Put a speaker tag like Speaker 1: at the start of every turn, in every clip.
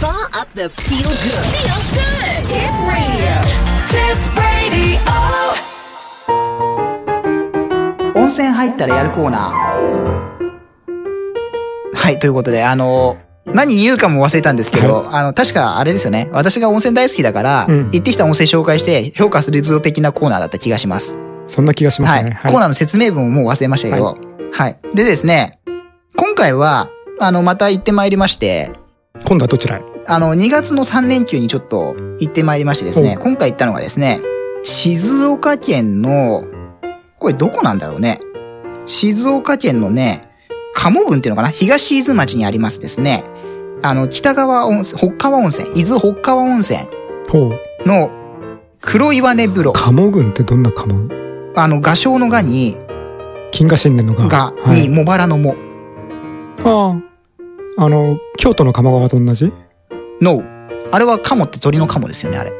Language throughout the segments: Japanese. Speaker 1: Power up the feel good. Feel good. Tip radio. Tip radio.
Speaker 2: 温泉入ったらやるコーナー。はい、ということで、あの、何言うかも忘れたんですけど、あの、確かあれですよね。私が温泉大好きだから、
Speaker 3: うん
Speaker 2: 行ってきた温泉紹介して評価するぞ的なコーナーだった気がします。
Speaker 3: そんな気がします
Speaker 2: はい。
Speaker 3: ね。
Speaker 2: コーナーの説明文をもう忘れましたけど、
Speaker 3: は
Speaker 2: はい。でですね、今回は、あの、また行ってまいりまして、
Speaker 3: 今度はどちらへ
Speaker 2: あの、2月の3連休にちょっと行ってまいりましてですね、今回行ったのがですね、静岡県の、これどこなんだろうね。静岡県のね、鴨郡っていうのかな東伊豆町にありますですね。あの、北川温泉、北川温泉、伊豆北川温泉
Speaker 3: ほう。
Speaker 2: の黒岩根風呂。
Speaker 3: 鴨軍ってどんな鴨
Speaker 2: あの、画商の画に、
Speaker 3: 金河神殿の
Speaker 2: が
Speaker 3: が。、
Speaker 2: に、茂原のも、
Speaker 3: はい、ああ。あの、京都の鴨川と同じ
Speaker 2: の、あれは鴨って鳥の鴨ですよね、あれ。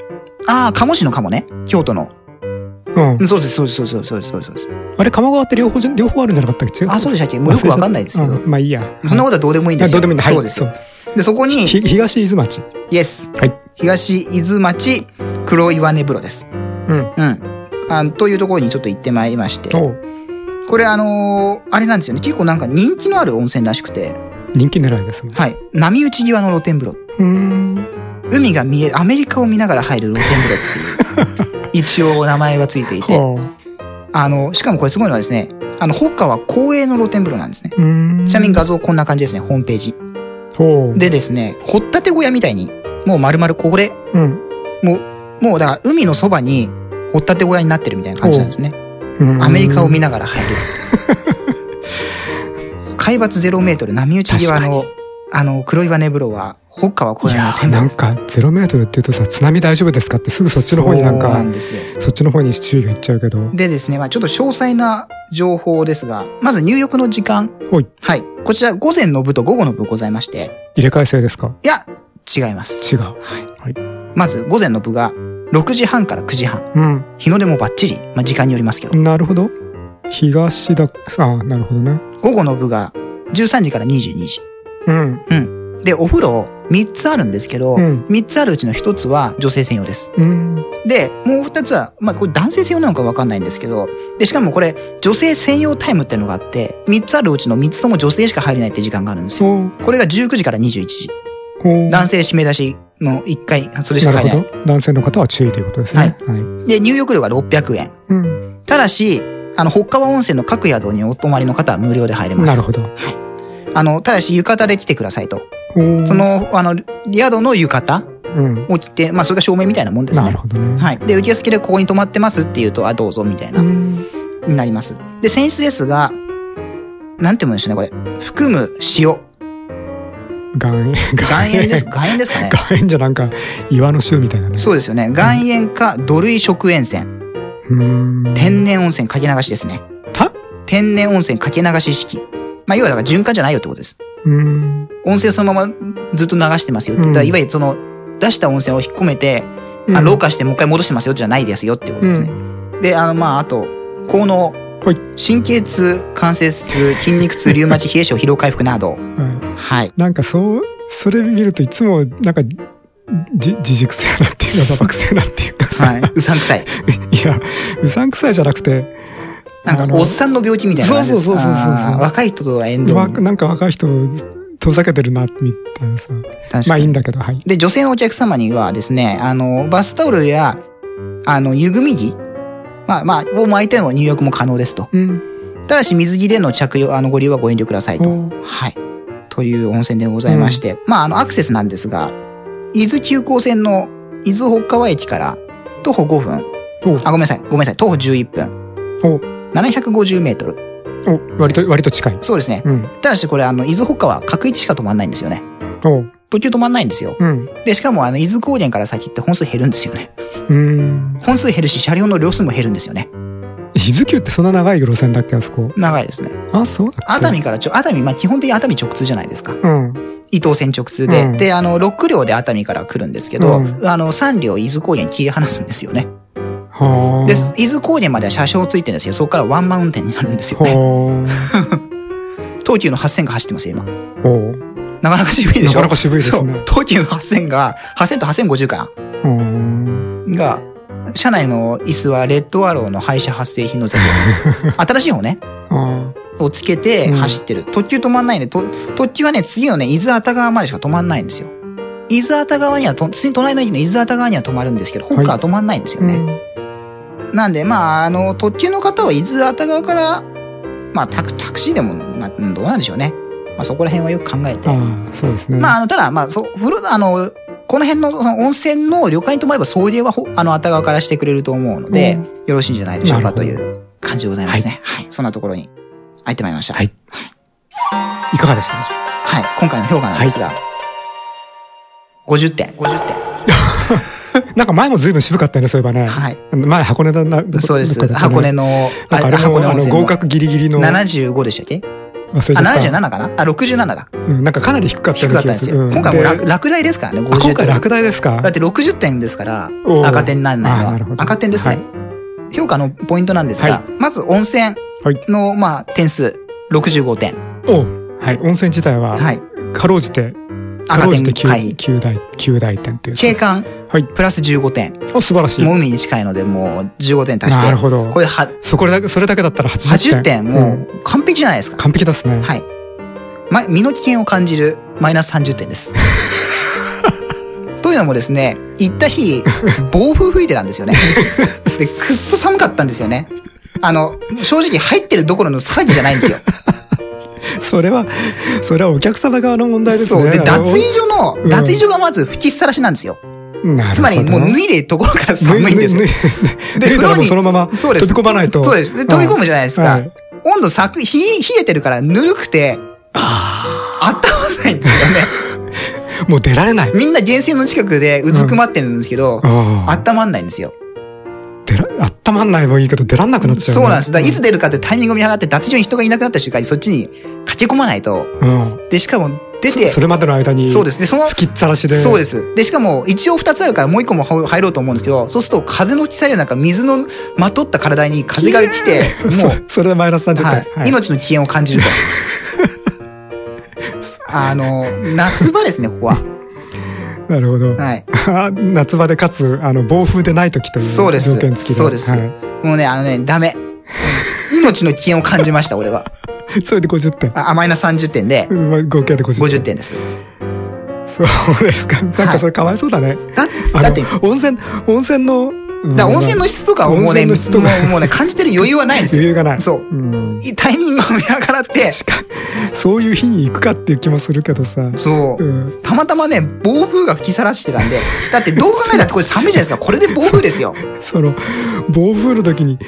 Speaker 2: ああ、鴨市の鴨ね。京都の。
Speaker 3: うん。
Speaker 2: そうです、そうです、そうです、そうです、そうです。
Speaker 3: あれ、鴨川って両方じゃ、両方あるんじゃなかったっけ違う
Speaker 2: あ、そうでしたっけもうよくわかんないですけど
Speaker 3: う。んまあいいや。
Speaker 2: そんなことはどうでもいいんで
Speaker 3: あ
Speaker 2: すよ。
Speaker 3: どうでもいいんだ。はい
Speaker 2: そうですよ。
Speaker 3: そ
Speaker 2: で、そこに、
Speaker 3: ひ東伊豆町。
Speaker 2: イエス。
Speaker 3: はい。
Speaker 2: 東伊豆町黒岩根風呂です。
Speaker 3: うん。
Speaker 2: うん。あのというところにちょっと行ってまいりまして。
Speaker 3: おう
Speaker 2: これあのーあれなんですよね。結構なんか人気のある温泉らしくて。
Speaker 3: 人気狙いですね。
Speaker 2: はい。波打ち際の露天風呂。
Speaker 3: うーん。
Speaker 2: 海が見える、アメリカを見ながら入る露天風呂 っていう。一応名前はついていて。
Speaker 3: ほう。
Speaker 2: あの、しかもこれすごいのはですね、あの、北川公営の露天風呂なんですね。
Speaker 3: うーん。
Speaker 2: ちなみに画像こんな感じですね、ホームページ。
Speaker 3: ほう。
Speaker 2: でですね、掘ったて小屋みたいに、もう丸々これ、
Speaker 3: うん。
Speaker 2: もう、もうだから海のそばに掘ったて小屋になってるみたいな感じなんですね。
Speaker 3: うん。
Speaker 2: アメリカを見ながら入る。海抜0メートル波打ち際の、あの、黒岩根風呂は、北川小
Speaker 3: い
Speaker 2: 屋
Speaker 3: や
Speaker 2: の天
Speaker 3: ーな
Speaker 2: 文
Speaker 3: んかゼロメートルって言うとさ津波大丈夫ですかってすぐそっちの方になん
Speaker 2: そうな
Speaker 3: か
Speaker 2: んですよ。
Speaker 3: そっちの方に注意がいっちゃうけど
Speaker 2: でですね、まあちょっと詳細な情報ですが、まず入浴の時間。
Speaker 3: おい
Speaker 2: はい。こちら午前の部と午後の部ございまして、
Speaker 3: 入れ替え制ですか
Speaker 2: いや、違います。
Speaker 3: 違う
Speaker 2: まず午前の部が、6時半から9時半。
Speaker 3: う
Speaker 2: 日の出もバッチリ。まあ時間によりますけど。
Speaker 3: んなるほど東だあなるほどね
Speaker 2: 午後の部が13時から22時。
Speaker 3: うん
Speaker 2: で、お風呂3つあるんですけど、
Speaker 3: うん
Speaker 2: 3つあるうちの1つは女性専用です。
Speaker 3: うん
Speaker 2: で、もう2つは、まあこれ男性専用なのかわかんないんですけど、で、しかもこれ女性専用タイムっていうのがあって、3つあるうちの3つとも女性しか入れないって時間があるんですよ。
Speaker 3: そう
Speaker 2: これが19時から21時。
Speaker 3: ほう
Speaker 2: 男性締め出しの1回、それしか
Speaker 3: な
Speaker 2: 入
Speaker 3: る
Speaker 2: れな
Speaker 3: ほど男性の方は注意ということですね
Speaker 2: はい
Speaker 3: はい
Speaker 2: い。で、入浴料が600円。
Speaker 3: うん
Speaker 2: ただし、あの、北川温泉の各宿にお泊まりの方は無料で入れます。
Speaker 3: なるほど
Speaker 2: あの、ただし浴衣で来てくださいと。
Speaker 3: ほう
Speaker 2: その、あの、宿の浴衣
Speaker 3: うん
Speaker 2: を着て、まあそれが証明みたいなもんです
Speaker 3: な
Speaker 2: ね
Speaker 3: る。ほどね
Speaker 2: はい。で、受付でここに泊まってますって言うと、あ、どうぞみたいな、
Speaker 3: うん
Speaker 2: になります。で、選出ですが、なんて言うんでしょうね、これ。含む 塩。
Speaker 3: 岩塩
Speaker 2: 岩塩です。
Speaker 3: 岩
Speaker 2: 岩塩ですかね。
Speaker 3: 塩じゃなんか岩の州みたいなね
Speaker 2: そうですよね。岩塩か土類食塩泉。
Speaker 3: うーん
Speaker 2: 天然温泉かけ流しですね。
Speaker 3: た
Speaker 2: 天然温泉かけ流し式。まあ、要はだから循環じゃないよってことです。
Speaker 3: うん
Speaker 2: 温泉そのままずっと流してますよって。
Speaker 3: うん
Speaker 2: だからいわゆるその、出した温泉を引っ込めて、あ
Speaker 3: うん
Speaker 2: 老化してもう一回戻してますよじゃないですよっていうことですね。で、あの、まあ、あと、効能。
Speaker 3: はい
Speaker 2: 神経痛、関節痛、筋肉痛、リウマチ、冷え症、疲労回復など。
Speaker 3: はい
Speaker 2: はい。
Speaker 3: なんかそう、それ見るといつも、なんか、じ自軸性なっていうか、ババ性なっていうかさ、
Speaker 2: はい。うさんくさ い。
Speaker 3: い、や、うさんくさいじゃなくて、
Speaker 2: なん
Speaker 3: あ
Speaker 2: か、
Speaker 3: の
Speaker 2: おっさんの病気みたいな感じです。
Speaker 3: そうそうそうそうそう
Speaker 2: あー若い人とは縁遠
Speaker 3: わ
Speaker 2: 慮。
Speaker 3: なんか若い人、遠ざけてるな、みたいなさ。
Speaker 2: 確
Speaker 3: ま
Speaker 2: か
Speaker 3: あいい
Speaker 2: に。
Speaker 3: んだけど、はい。
Speaker 2: で、女性のお客様にはですね、あの、バスタオルや、あの、湯組み着、まあまあ、を巻いての入浴も可能ですと。
Speaker 3: うん。
Speaker 2: ただし、水着での着用、あの、ご利用はご遠慮くださいと。
Speaker 3: お
Speaker 2: はい。という温泉でございまして、まあ、あの、アクセスなんですが、伊豆急行線の伊豆北川駅から徒歩5分、
Speaker 3: お
Speaker 2: あ、ごめんなさい、ごめんなさい、徒歩11分、
Speaker 3: お
Speaker 2: 750メートル。
Speaker 3: お割と、割と近い。
Speaker 2: そうですね。
Speaker 3: うん。
Speaker 2: ただし、これ、あの、伊豆北川、各一しか止まんないんですよね。
Speaker 3: おう。
Speaker 2: 途中止まんないんですよ。
Speaker 3: うん。
Speaker 2: で、しかも、あの、伊豆高原から先って本数減るんですよね。
Speaker 3: うん。
Speaker 2: 本数減るし、車両の両数も減るんですよね。
Speaker 3: 伊豆急ってそんな長い路線だっけ、あそこ。
Speaker 2: 長いですね。
Speaker 3: あ、そうだっけ
Speaker 2: 熱海からちょ、熱海、まあ、基本的に熱海直通じゃないですか。
Speaker 3: うん。
Speaker 2: 伊東線直通で、
Speaker 3: うん
Speaker 2: で、あの、6両で熱海から来るんですけど、
Speaker 3: うん
Speaker 2: あの、3両伊豆高原切り離すんですよね。
Speaker 3: はあ。
Speaker 2: で、伊豆高原までは車掌ついてるんですけど、そこからワンマウンテンになるんですよね。
Speaker 3: は
Speaker 2: 東急の8000が走ってますよ、今。
Speaker 3: あ。おう。
Speaker 2: なかなか渋いでしょ
Speaker 3: なかなか渋いですね
Speaker 2: そう東急の8000が、8000と8050か
Speaker 3: うーん。
Speaker 2: なが、車内の椅子はレッドアローの廃車発生品の座席。 新しい方ね。
Speaker 3: あ
Speaker 2: をつけて
Speaker 3: うん
Speaker 2: 走ってる。特急止まんないね。と特急はね、次のね、伊豆熱川までしか止まんないんですよ。伊豆熱川にはと、次隣の駅の伊豆熱川には止まるんですけど、
Speaker 3: い
Speaker 2: 本家は止まんないんですよ
Speaker 3: ー
Speaker 2: ね。なんで、まあ、あの、特急の方は伊豆熱川から、まあ、タクタクシーでも、まあ、うんどうなんでしょうね。まあ、そこら辺はよく考えて。
Speaker 3: ああ、そうですね。
Speaker 2: まあ、あの、ただ、まあ、そう、風呂、あの、この辺のその温泉の旅館に泊まれば送迎はほ、あの、あたがわからしてくれると思うので、
Speaker 3: うん
Speaker 2: よろしいんじゃないでしょう
Speaker 3: な
Speaker 2: か
Speaker 3: るほ
Speaker 2: と
Speaker 3: ど
Speaker 2: いう感じでございますね。はい。そんなところに入ってまいりました。
Speaker 3: はい。いかがでしたでしょう
Speaker 2: はい。今回の評価なんですが、50点。50
Speaker 3: かなんか前も随分渋かったよね、そういえばね。
Speaker 2: 点。はい。
Speaker 3: 前、箱根だな、ど
Speaker 2: で
Speaker 3: こ
Speaker 2: そうです
Speaker 3: どこ。だったね
Speaker 2: 箱根の、あ
Speaker 3: なんかあれ
Speaker 2: 箱根
Speaker 3: も、あ
Speaker 2: 温
Speaker 3: の、
Speaker 2: 泉
Speaker 3: 合
Speaker 2: の
Speaker 3: 格ギリギリの。
Speaker 2: 75でしたっけ
Speaker 3: 忘れちゃ
Speaker 2: あ、
Speaker 3: った
Speaker 2: 77かなあ、67だ。
Speaker 3: うん、なんかかなり低かったよ
Speaker 2: 低かった
Speaker 3: うな気
Speaker 2: ん
Speaker 3: が
Speaker 2: です
Speaker 3: す
Speaker 2: よ
Speaker 3: る。。うん
Speaker 2: 今回も
Speaker 3: で
Speaker 2: 落落第ですからね、50
Speaker 3: あ
Speaker 2: 点。
Speaker 3: 今回落第ですか
Speaker 2: だって60点ですから
Speaker 3: お、ー
Speaker 2: 赤点にならないの
Speaker 3: あーなる
Speaker 2: は
Speaker 3: ほど
Speaker 2: 赤点ですね、評価のポイントなんですが、
Speaker 3: は
Speaker 2: まず温泉
Speaker 3: はい
Speaker 2: の、まあ、点数、65点。
Speaker 3: おうはい。温泉自体は、
Speaker 2: はい。
Speaker 3: かろうじて、か
Speaker 2: 赤
Speaker 3: ろうじ
Speaker 2: 点
Speaker 3: て
Speaker 2: 回避。
Speaker 3: 9大、九大点という。
Speaker 2: 景観、
Speaker 3: はい
Speaker 2: プラス15点。
Speaker 3: お、素晴らしい
Speaker 2: も。う海に近いので、もう15点足して。
Speaker 3: なるほど
Speaker 2: こ。れは、
Speaker 3: そこだけ、それだけだったら80
Speaker 2: 80
Speaker 3: 点。
Speaker 2: 点、
Speaker 3: う
Speaker 2: も
Speaker 3: ん
Speaker 2: う完璧じゃないですか。
Speaker 3: 完璧ですね。
Speaker 2: はい。ま、身の危険を感じる、マイナス30点です。 というのもですね、行った日、暴風吹いてたんですよね。で、くっそ寒かったんですよね。あの、正直入ってるどころの騒ぎじゃないんですよ。
Speaker 3: それは、それはお客様側の問題ですね。
Speaker 2: そう。で、
Speaker 3: あの
Speaker 2: 脱衣所の、
Speaker 3: うん
Speaker 2: 脱衣所がまず吹きさらしなんですよ。
Speaker 3: なるほど
Speaker 2: つまり、もう脱いでるところから寒いんですよ。
Speaker 3: 脱脱脱
Speaker 2: で
Speaker 3: 脱いだら
Speaker 2: 風
Speaker 3: もう
Speaker 2: 呂に
Speaker 3: そのまま
Speaker 2: そ
Speaker 3: 飛
Speaker 2: う
Speaker 3: び
Speaker 2: です
Speaker 3: 込まないと。
Speaker 2: そうです。で飛び込むじゃないですか。
Speaker 3: はい
Speaker 2: 温度さく、冷え、冷えてるからぬるくて、あったまんないんですよね。
Speaker 3: うんもう出られない。
Speaker 2: みんな源泉の近くでうずくまってるんですけど、
Speaker 3: あ
Speaker 2: 温まんないんですよ。
Speaker 3: あ。出ら、温まんないもいいけど出らんなくなっちゃうね。
Speaker 2: そうなんです。だからいつ出るかってタイミングを見計らって、脱衣所に人がいなくなった瞬間にそっちに駆け込まないと。
Speaker 3: うん。
Speaker 2: で、しかも出て、
Speaker 3: それまでの間に、
Speaker 2: そうですね。その、
Speaker 3: 吹きっさらしで。
Speaker 2: そうです。で、しかも一応二つあるからもう一個も入ろうと思うんですけど、そうすると風の吹き去りはなんか水のまとった体に風が来て、も
Speaker 3: そうう、それでマイナス30点。
Speaker 2: はい
Speaker 3: はい
Speaker 2: 命の危険を感 じると。あの、夏場ですね、ここは。
Speaker 3: なるほど。
Speaker 2: はい。
Speaker 3: あ夏場でかつ、あの、暴風でない時という
Speaker 2: そうです
Speaker 3: 条件付きで。
Speaker 2: そうです
Speaker 3: は
Speaker 2: もうね、あのね、ダメ。命の危険を感じました、俺は。
Speaker 3: い、 それで50点。
Speaker 2: あ、マイナス30点で、
Speaker 3: うんまあ合計で50
Speaker 2: 50
Speaker 3: 点。
Speaker 2: 点です。
Speaker 3: そうですか。なん
Speaker 2: はい
Speaker 3: かそれかわいそうだね。
Speaker 2: だ
Speaker 3: あの
Speaker 2: だって、
Speaker 3: 温泉、温泉の、うん
Speaker 2: だから温泉の質とかをもうね、
Speaker 3: 温泉
Speaker 2: も
Speaker 3: の質とか
Speaker 2: うもうね、感じてる余裕はないんですよ。
Speaker 3: 余裕がない。
Speaker 2: そう
Speaker 3: うん
Speaker 2: いタイミングを見計らって、
Speaker 3: しか、そういう日に行くかっていう気もするけどさ。
Speaker 2: そうう。
Speaker 3: ん。
Speaker 2: たまたまね、暴風が吹きさらしてたんで、だってどう考えたってこれ寒いじゃないですか。これで暴風ですよ。
Speaker 3: その、暴風の時に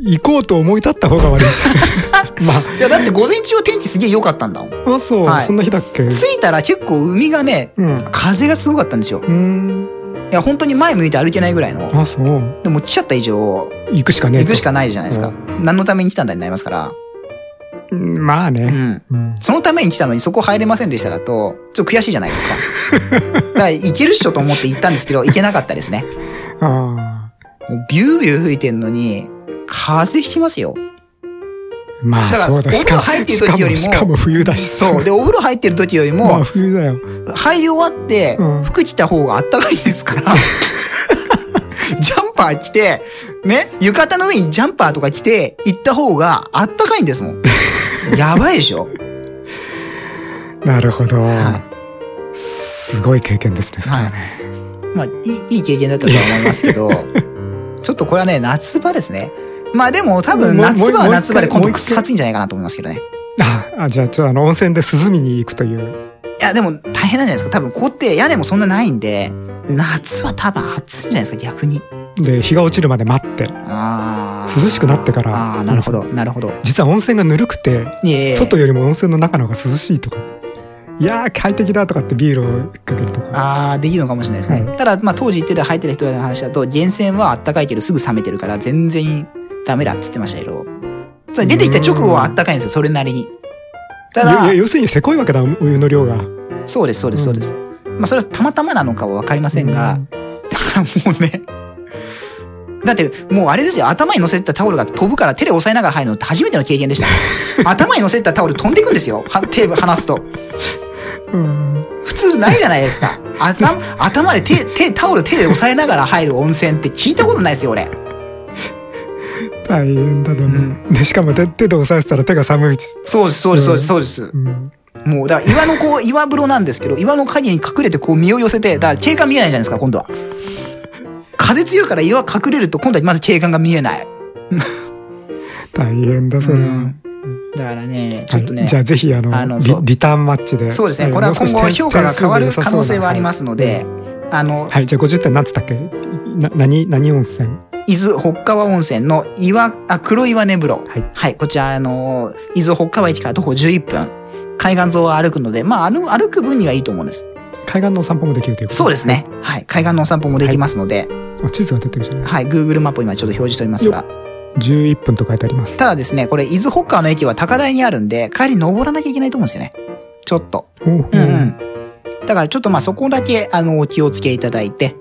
Speaker 3: 行こうと思い立った方 が悪い。まあ、
Speaker 2: いや、だって午前中は天気すげえ良かったんだもん。
Speaker 3: まあそう、
Speaker 2: はい
Speaker 3: そんな日だっけ
Speaker 2: 着いたら結構海がね、
Speaker 3: うん。
Speaker 2: 風がすごかったんですよ。
Speaker 3: うん。
Speaker 2: いや、本当に前向いて歩けないぐらいの。
Speaker 3: あ、そう。
Speaker 2: でも来ちゃった以上、
Speaker 3: 行くしかねえ
Speaker 2: 行
Speaker 3: と。
Speaker 2: くしかないじゃないですか。何のために来たんだになりますから。
Speaker 3: うんまあ
Speaker 2: う
Speaker 3: ね。
Speaker 2: ん。
Speaker 3: うん。
Speaker 2: そのために来たのにそこ入れませんでしただと、ちょっと悔しいじゃないですか。だから行けるっしょと思って行ったんですけど、行けなかったですね。
Speaker 3: ああ。
Speaker 2: もうビュービュー吹いてんのに、風邪ひきますよ。
Speaker 3: まあ
Speaker 2: だから
Speaker 3: そうだ
Speaker 2: お風呂入ってる時よりも
Speaker 3: しかもしかも冬だしさ。
Speaker 2: そう。で、お風呂入ってる時より
Speaker 3: まあ
Speaker 2: も、
Speaker 3: 冬だよ。
Speaker 2: 入り終わって
Speaker 3: うん、
Speaker 2: 服着た方があったかいですから。ジャンパー着て、ね、浴衣の上にジャンパーとか着て、行った方があったかいんですもん。やばいでしょ
Speaker 3: なるほど。
Speaker 2: は
Speaker 3: すごい経験ですね、それはね。
Speaker 2: まあ、いい、いい経験だったとは思いますけ ど、ちょっとこれはね、夏場ですね。まあでも多分
Speaker 3: もう
Speaker 2: 夏場は
Speaker 3: もう
Speaker 2: 夏場で
Speaker 3: もう
Speaker 2: 今
Speaker 3: 一回
Speaker 2: 度くっそ暑いんじゃないかなと思いますけどね。
Speaker 3: あ、あじゃあ、ちょっとあの、温泉で涼みに行くという。
Speaker 2: いやでも大変なんじゃないですか。多分ここって屋根もそんなないんで、夏は多分暑いんじゃないですか、逆に。
Speaker 3: で、日が落ちるまで待って。
Speaker 2: あー
Speaker 3: 涼しくなってから
Speaker 2: ああ、なるほど、なるほど。
Speaker 3: 実は温泉がぬるくて、
Speaker 2: いえいえ。
Speaker 3: 外よりも温泉の中の方が涼しいとか。いやー、快適だとかってビールをかけるとか。
Speaker 2: ああ、できるのかもしれないですね。
Speaker 3: は
Speaker 2: ただ、まあ当時行ってた入ってた人らの話だと、源泉はあったかいけどすぐ冷めてるから全然ダメだっつってましたけど。つまり出てきた直後はあったかいんですよ、それなりに。ただ、
Speaker 3: いや要するにせこいわけだ、お湯の量が。
Speaker 2: そうです、そうです、そうです。まあ、それはたまたまなのかはわかりませんが、
Speaker 3: うん
Speaker 2: だからもうね、だって、もうあれですよ、頭に乗せたタオルが飛ぶから手で押さえながら入るの って初めての経験でした。頭に乗せたタオル飛んでいくんですよ、は手離すと。
Speaker 3: うん。
Speaker 2: 普通ないじゃないですか。頭、頭で手、手、タオル手で押さえながら入る温泉って聞いたことないですよ、俺。
Speaker 3: 大変だろうね。で、しかも手手で押さえてたら手が寒いし。
Speaker 2: そうです、そうです、そうです、そうです
Speaker 3: う。ん。
Speaker 2: もう、だから岩のこう、岩風呂なんですけど、岩の影に隠れてこう身を寄せて、だから景観見えないじゃないですか、今度は。風強いから岩隠れると今度はまず景観が見えない。
Speaker 3: 大変だ、それは。
Speaker 2: うんだからね、ちょっとね。
Speaker 3: はいじゃあぜひあの
Speaker 2: あの
Speaker 3: リ
Speaker 2: そう
Speaker 3: リターンマッチで。
Speaker 2: そうですね。
Speaker 3: い
Speaker 2: これは今
Speaker 3: もう
Speaker 2: 後
Speaker 3: 少し点
Speaker 2: 評価が変わる
Speaker 3: 点数で良
Speaker 2: 可
Speaker 3: さそうな
Speaker 2: 能性はありますので、あの、
Speaker 3: はい、じゃあ50点なんつったっけな、何、何温泉
Speaker 2: 伊豆北川温泉の岩、あ、黒岩根風呂。は
Speaker 3: はいい。
Speaker 2: こちら、あのー、伊豆北川駅から徒歩11分。海岸沿いを歩くので、まあ、あの、歩く分にはいいと思うんです。
Speaker 3: 海岸のお散歩もできるということ
Speaker 2: そうですね。はい。海岸のお散歩もできますので、
Speaker 3: あ地図が出てるじゃない
Speaker 2: はい。Google マップ今ちょっと表示しておりますが。
Speaker 3: 11分と書いてあります。
Speaker 2: ただですね、これ、伊豆北川の駅は高台にあるんで、帰り登らなきゃいけないと思うんですよね。ちょっと。
Speaker 3: おう
Speaker 2: うんうん。だからちょっとまあそこだけ、あの、お気をつけいただいて、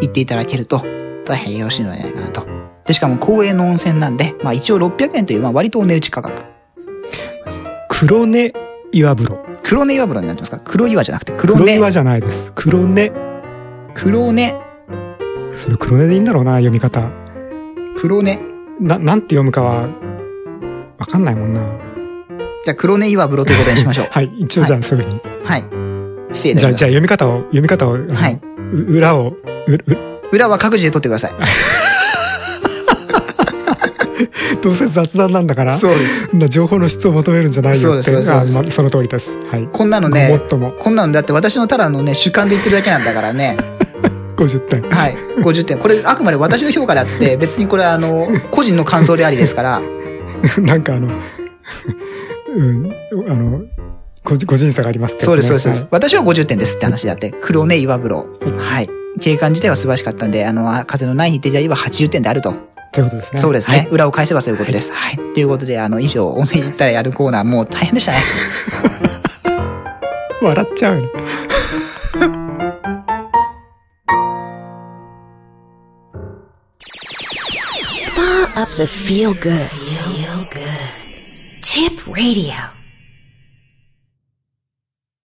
Speaker 2: 行っていただけると、大変よろしいのではないかなと。で、しかも公営の温泉なんで、まあ一応600円という、まあ割とお値打ち価格。
Speaker 3: 黒根岩風呂。
Speaker 2: 黒根岩風呂になってますか黒岩じゃなくて黒
Speaker 3: 黒
Speaker 2: 根。
Speaker 3: 岩じゃないです。黒根。
Speaker 2: 黒根。
Speaker 3: それ黒根でいいんだろうな、読み方。
Speaker 2: 黒根。
Speaker 3: な、なんて読むかは、わかんないもんな。
Speaker 2: じゃあ黒根岩風呂ということにしま しょ
Speaker 3: はい、一応じゃあすぐに。
Speaker 2: う。はい。失礼いた
Speaker 3: じゃ
Speaker 2: しま
Speaker 3: あ、
Speaker 2: し
Speaker 3: じゃあ読み方を、読み方を、あの
Speaker 2: はい。
Speaker 3: う裏を、うう
Speaker 2: 裏は各自で取ってください。
Speaker 3: どうせ雑談なんだから、
Speaker 2: そうです。
Speaker 3: そんな情報の質を求めるんじゃないよって、
Speaker 2: そうですそう
Speaker 3: あ
Speaker 2: ですそう
Speaker 3: まその通りです。はい。
Speaker 2: こんなの
Speaker 3: ごも
Speaker 2: ね
Speaker 3: っ、とも、
Speaker 2: こんなのだって私のただのね、主観で言ってるだけなんだからね。
Speaker 3: 50点。
Speaker 2: はい、50点。これ、あくまで私の評価であって、別にこれは、あの、個人の感想でありです から、
Speaker 3: なんかあの、 うん、あの、個人個人差がありますって
Speaker 2: そうで
Speaker 3: やつ
Speaker 2: す、
Speaker 3: ね
Speaker 2: そうです、そうです
Speaker 3: は。
Speaker 2: 私は50点ですって話であって、黒ね、岩風呂。はい。景観自体は素晴らしかったんで、あの、風のない日って言えば80点であると。
Speaker 3: いということですね。
Speaker 2: そうです
Speaker 3: は
Speaker 2: ね
Speaker 3: い。。
Speaker 2: 裏を返せばそういうことです。はい。と、い、うことで、あの、以上、おね行ったらやるコーナー、もう大変でしたね。
Speaker 3: 笑っちゃうよ。
Speaker 1: Spa up the feel good. Feel good. Tip radio.